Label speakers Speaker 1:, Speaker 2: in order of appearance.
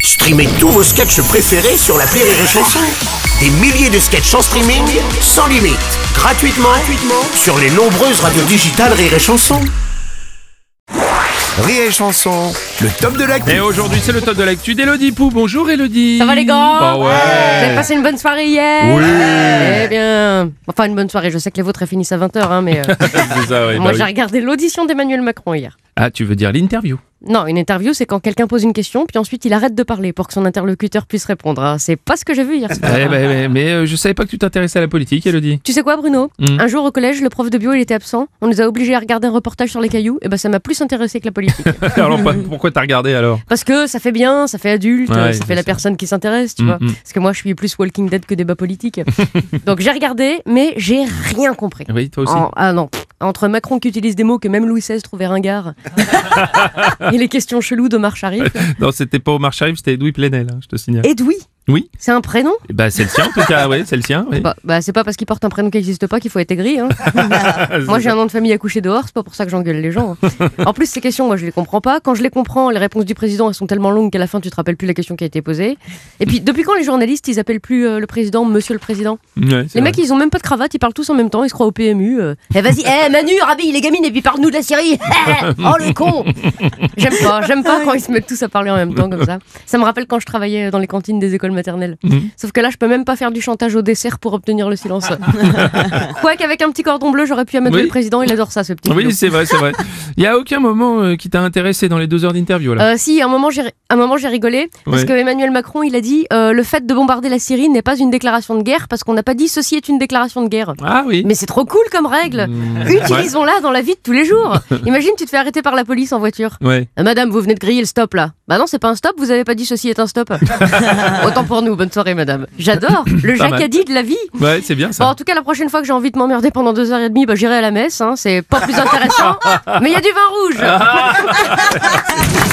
Speaker 1: Streamez tous vos sketchs préférés sur la Rire et Chanson. Des milliers de sketchs en streaming, sans limite, gratuitement, gratuitement sur les nombreuses radios digitales Rire et Chanson. Rire et Chanson, le top de l'actu.
Speaker 2: Et aujourd'hui, c'est le top de l'actu d'Elodie Pou. Bonjour Elodie.
Speaker 3: Ça va les gars
Speaker 2: Bah ouais.
Speaker 3: Vous avez passé une bonne soirée hier
Speaker 2: Oui.
Speaker 3: Eh bien, enfin une bonne soirée, je sais que les vôtres elles finissent à 20h, hein, mais euh,
Speaker 2: C'est ça, ouais,
Speaker 3: moi
Speaker 2: bah
Speaker 3: j'ai
Speaker 2: oui.
Speaker 3: regardé l'audition d'Emmanuel Macron hier.
Speaker 2: Ah, tu veux dire l'interview
Speaker 3: Non, une interview, c'est quand quelqu'un pose une question, puis ensuite il arrête de parler pour que son interlocuteur puisse répondre. hein. C'est pas ce que j'ai vu hier.
Speaker 2: Eh
Speaker 3: soir.
Speaker 2: ben, Mais, mais, euh, je savais pas que tu t'intéressais à la politique, Elodie.
Speaker 3: Tu sais quoi, Bruno
Speaker 2: Hmm.
Speaker 3: Un jour au collège, le prof de bio il était absent. On nous a obligés à regarder un reportage sur les cailloux. Et ben ça m'a plus intéressé que la politique.
Speaker 2: alors pas- pourquoi t'as regardé alors
Speaker 3: Parce que ça fait bien, ça fait adulte,
Speaker 2: Ouais,
Speaker 3: euh, ça
Speaker 2: bien
Speaker 3: fait la
Speaker 2: sûr.
Speaker 3: personne qui s'intéresse, tu
Speaker 2: Mm,
Speaker 3: vois.
Speaker 2: mm.
Speaker 3: Parce que moi je suis plus Walking Dead que débat politique. Donc j'ai regardé, mais j'ai rien compris.
Speaker 2: Oui, toi aussi.
Speaker 3: En- ah non, pff, entre Macron qui utilise des mots que même Louis XVI trouvait ringard et les questions cheloues de Marcharif.
Speaker 2: Non, c'était pas Omar Sharif, c'était Edoui Plenel, hein, je te signale.
Speaker 3: Edoui
Speaker 2: Oui.
Speaker 3: C'est un prénom
Speaker 2: Eh ben, c'est le sien en tout cas, oui, c'est le sien. oui.
Speaker 3: Bah, bah, c'est pas parce qu'il porte un prénom qui n'existe pas qu'il faut être aigri. hein. moi j'ai un nom de famille à coucher dehors, c'est pas pour ça que j'engueule les gens. hein. En plus ces questions, moi je les comprends pas. Quand je les comprends, les réponses du président elles sont tellement longues qu'à la fin tu te rappelles plus la question qui a été posée. Et puis depuis quand les journalistes ils appellent plus euh, le président Monsieur le Président
Speaker 2: Ouais, c'est
Speaker 3: Les
Speaker 2: vrai.
Speaker 3: mecs ils ont même pas de cravate, ils parlent tous en même temps, ils se croient au PMU. euh. Eh vas-y, eh Manu, rhabille les gamines et puis parle-nous de la Syrie. Eh, oh le con J'aime pas, j'aime pas quand ils se mettent tous à parler en même temps comme ça. Ça me rappelle quand je travaillais euh, dans les cantines des écoles maternelles.
Speaker 2: Mhm.
Speaker 3: Sauf que là je peux même pas faire du chantage au dessert pour obtenir le silence. Quoique avec un petit cordon bleu j'aurais pu amadouer
Speaker 2: Ah. Oui.
Speaker 3: le président, il adore ça ce petit.
Speaker 2: Oui,
Speaker 3: filou.
Speaker 2: c'est vrai, c'est vrai. Il y a aucun moment euh, qui t'a intéressé dans les deux heures d'interview là.
Speaker 3: Euh, si, à un moment j'ai à un moment, j'ai rigolé parce
Speaker 2: Ouais.
Speaker 3: que Emmanuel Macron il a dit euh, le fait de bombarder la Syrie n'est pas une déclaration de guerre parce qu'on n'a pas dit ceci est une déclaration de guerre.
Speaker 2: Ah oui.
Speaker 3: Mais c'est trop cool comme règle.
Speaker 2: Mmh,
Speaker 3: Utilisons-la dans la vie de tous les jours. Imagine, tu te fais arrêter par la police en voiture.
Speaker 2: Ouais. ouais.
Speaker 3: Euh, Madame, vous venez de griller le stop là. Bah non, c'est pas un stop, vous avez pas dit ceci est un stop. Autant pour nous, bonne soirée madame. J'adore, le
Speaker 2: Pas mal.
Speaker 3: jacadi de la vie.
Speaker 2: Ouais, c'est bien
Speaker 3: Bon,
Speaker 2: ça.
Speaker 3: en tout cas, la prochaine fois que j'ai envie de m'emmerder pendant deux heures et demie, bah, j'irai à la messe, hein. c'est pas plus intéressant. Mais il y a du vin rouge.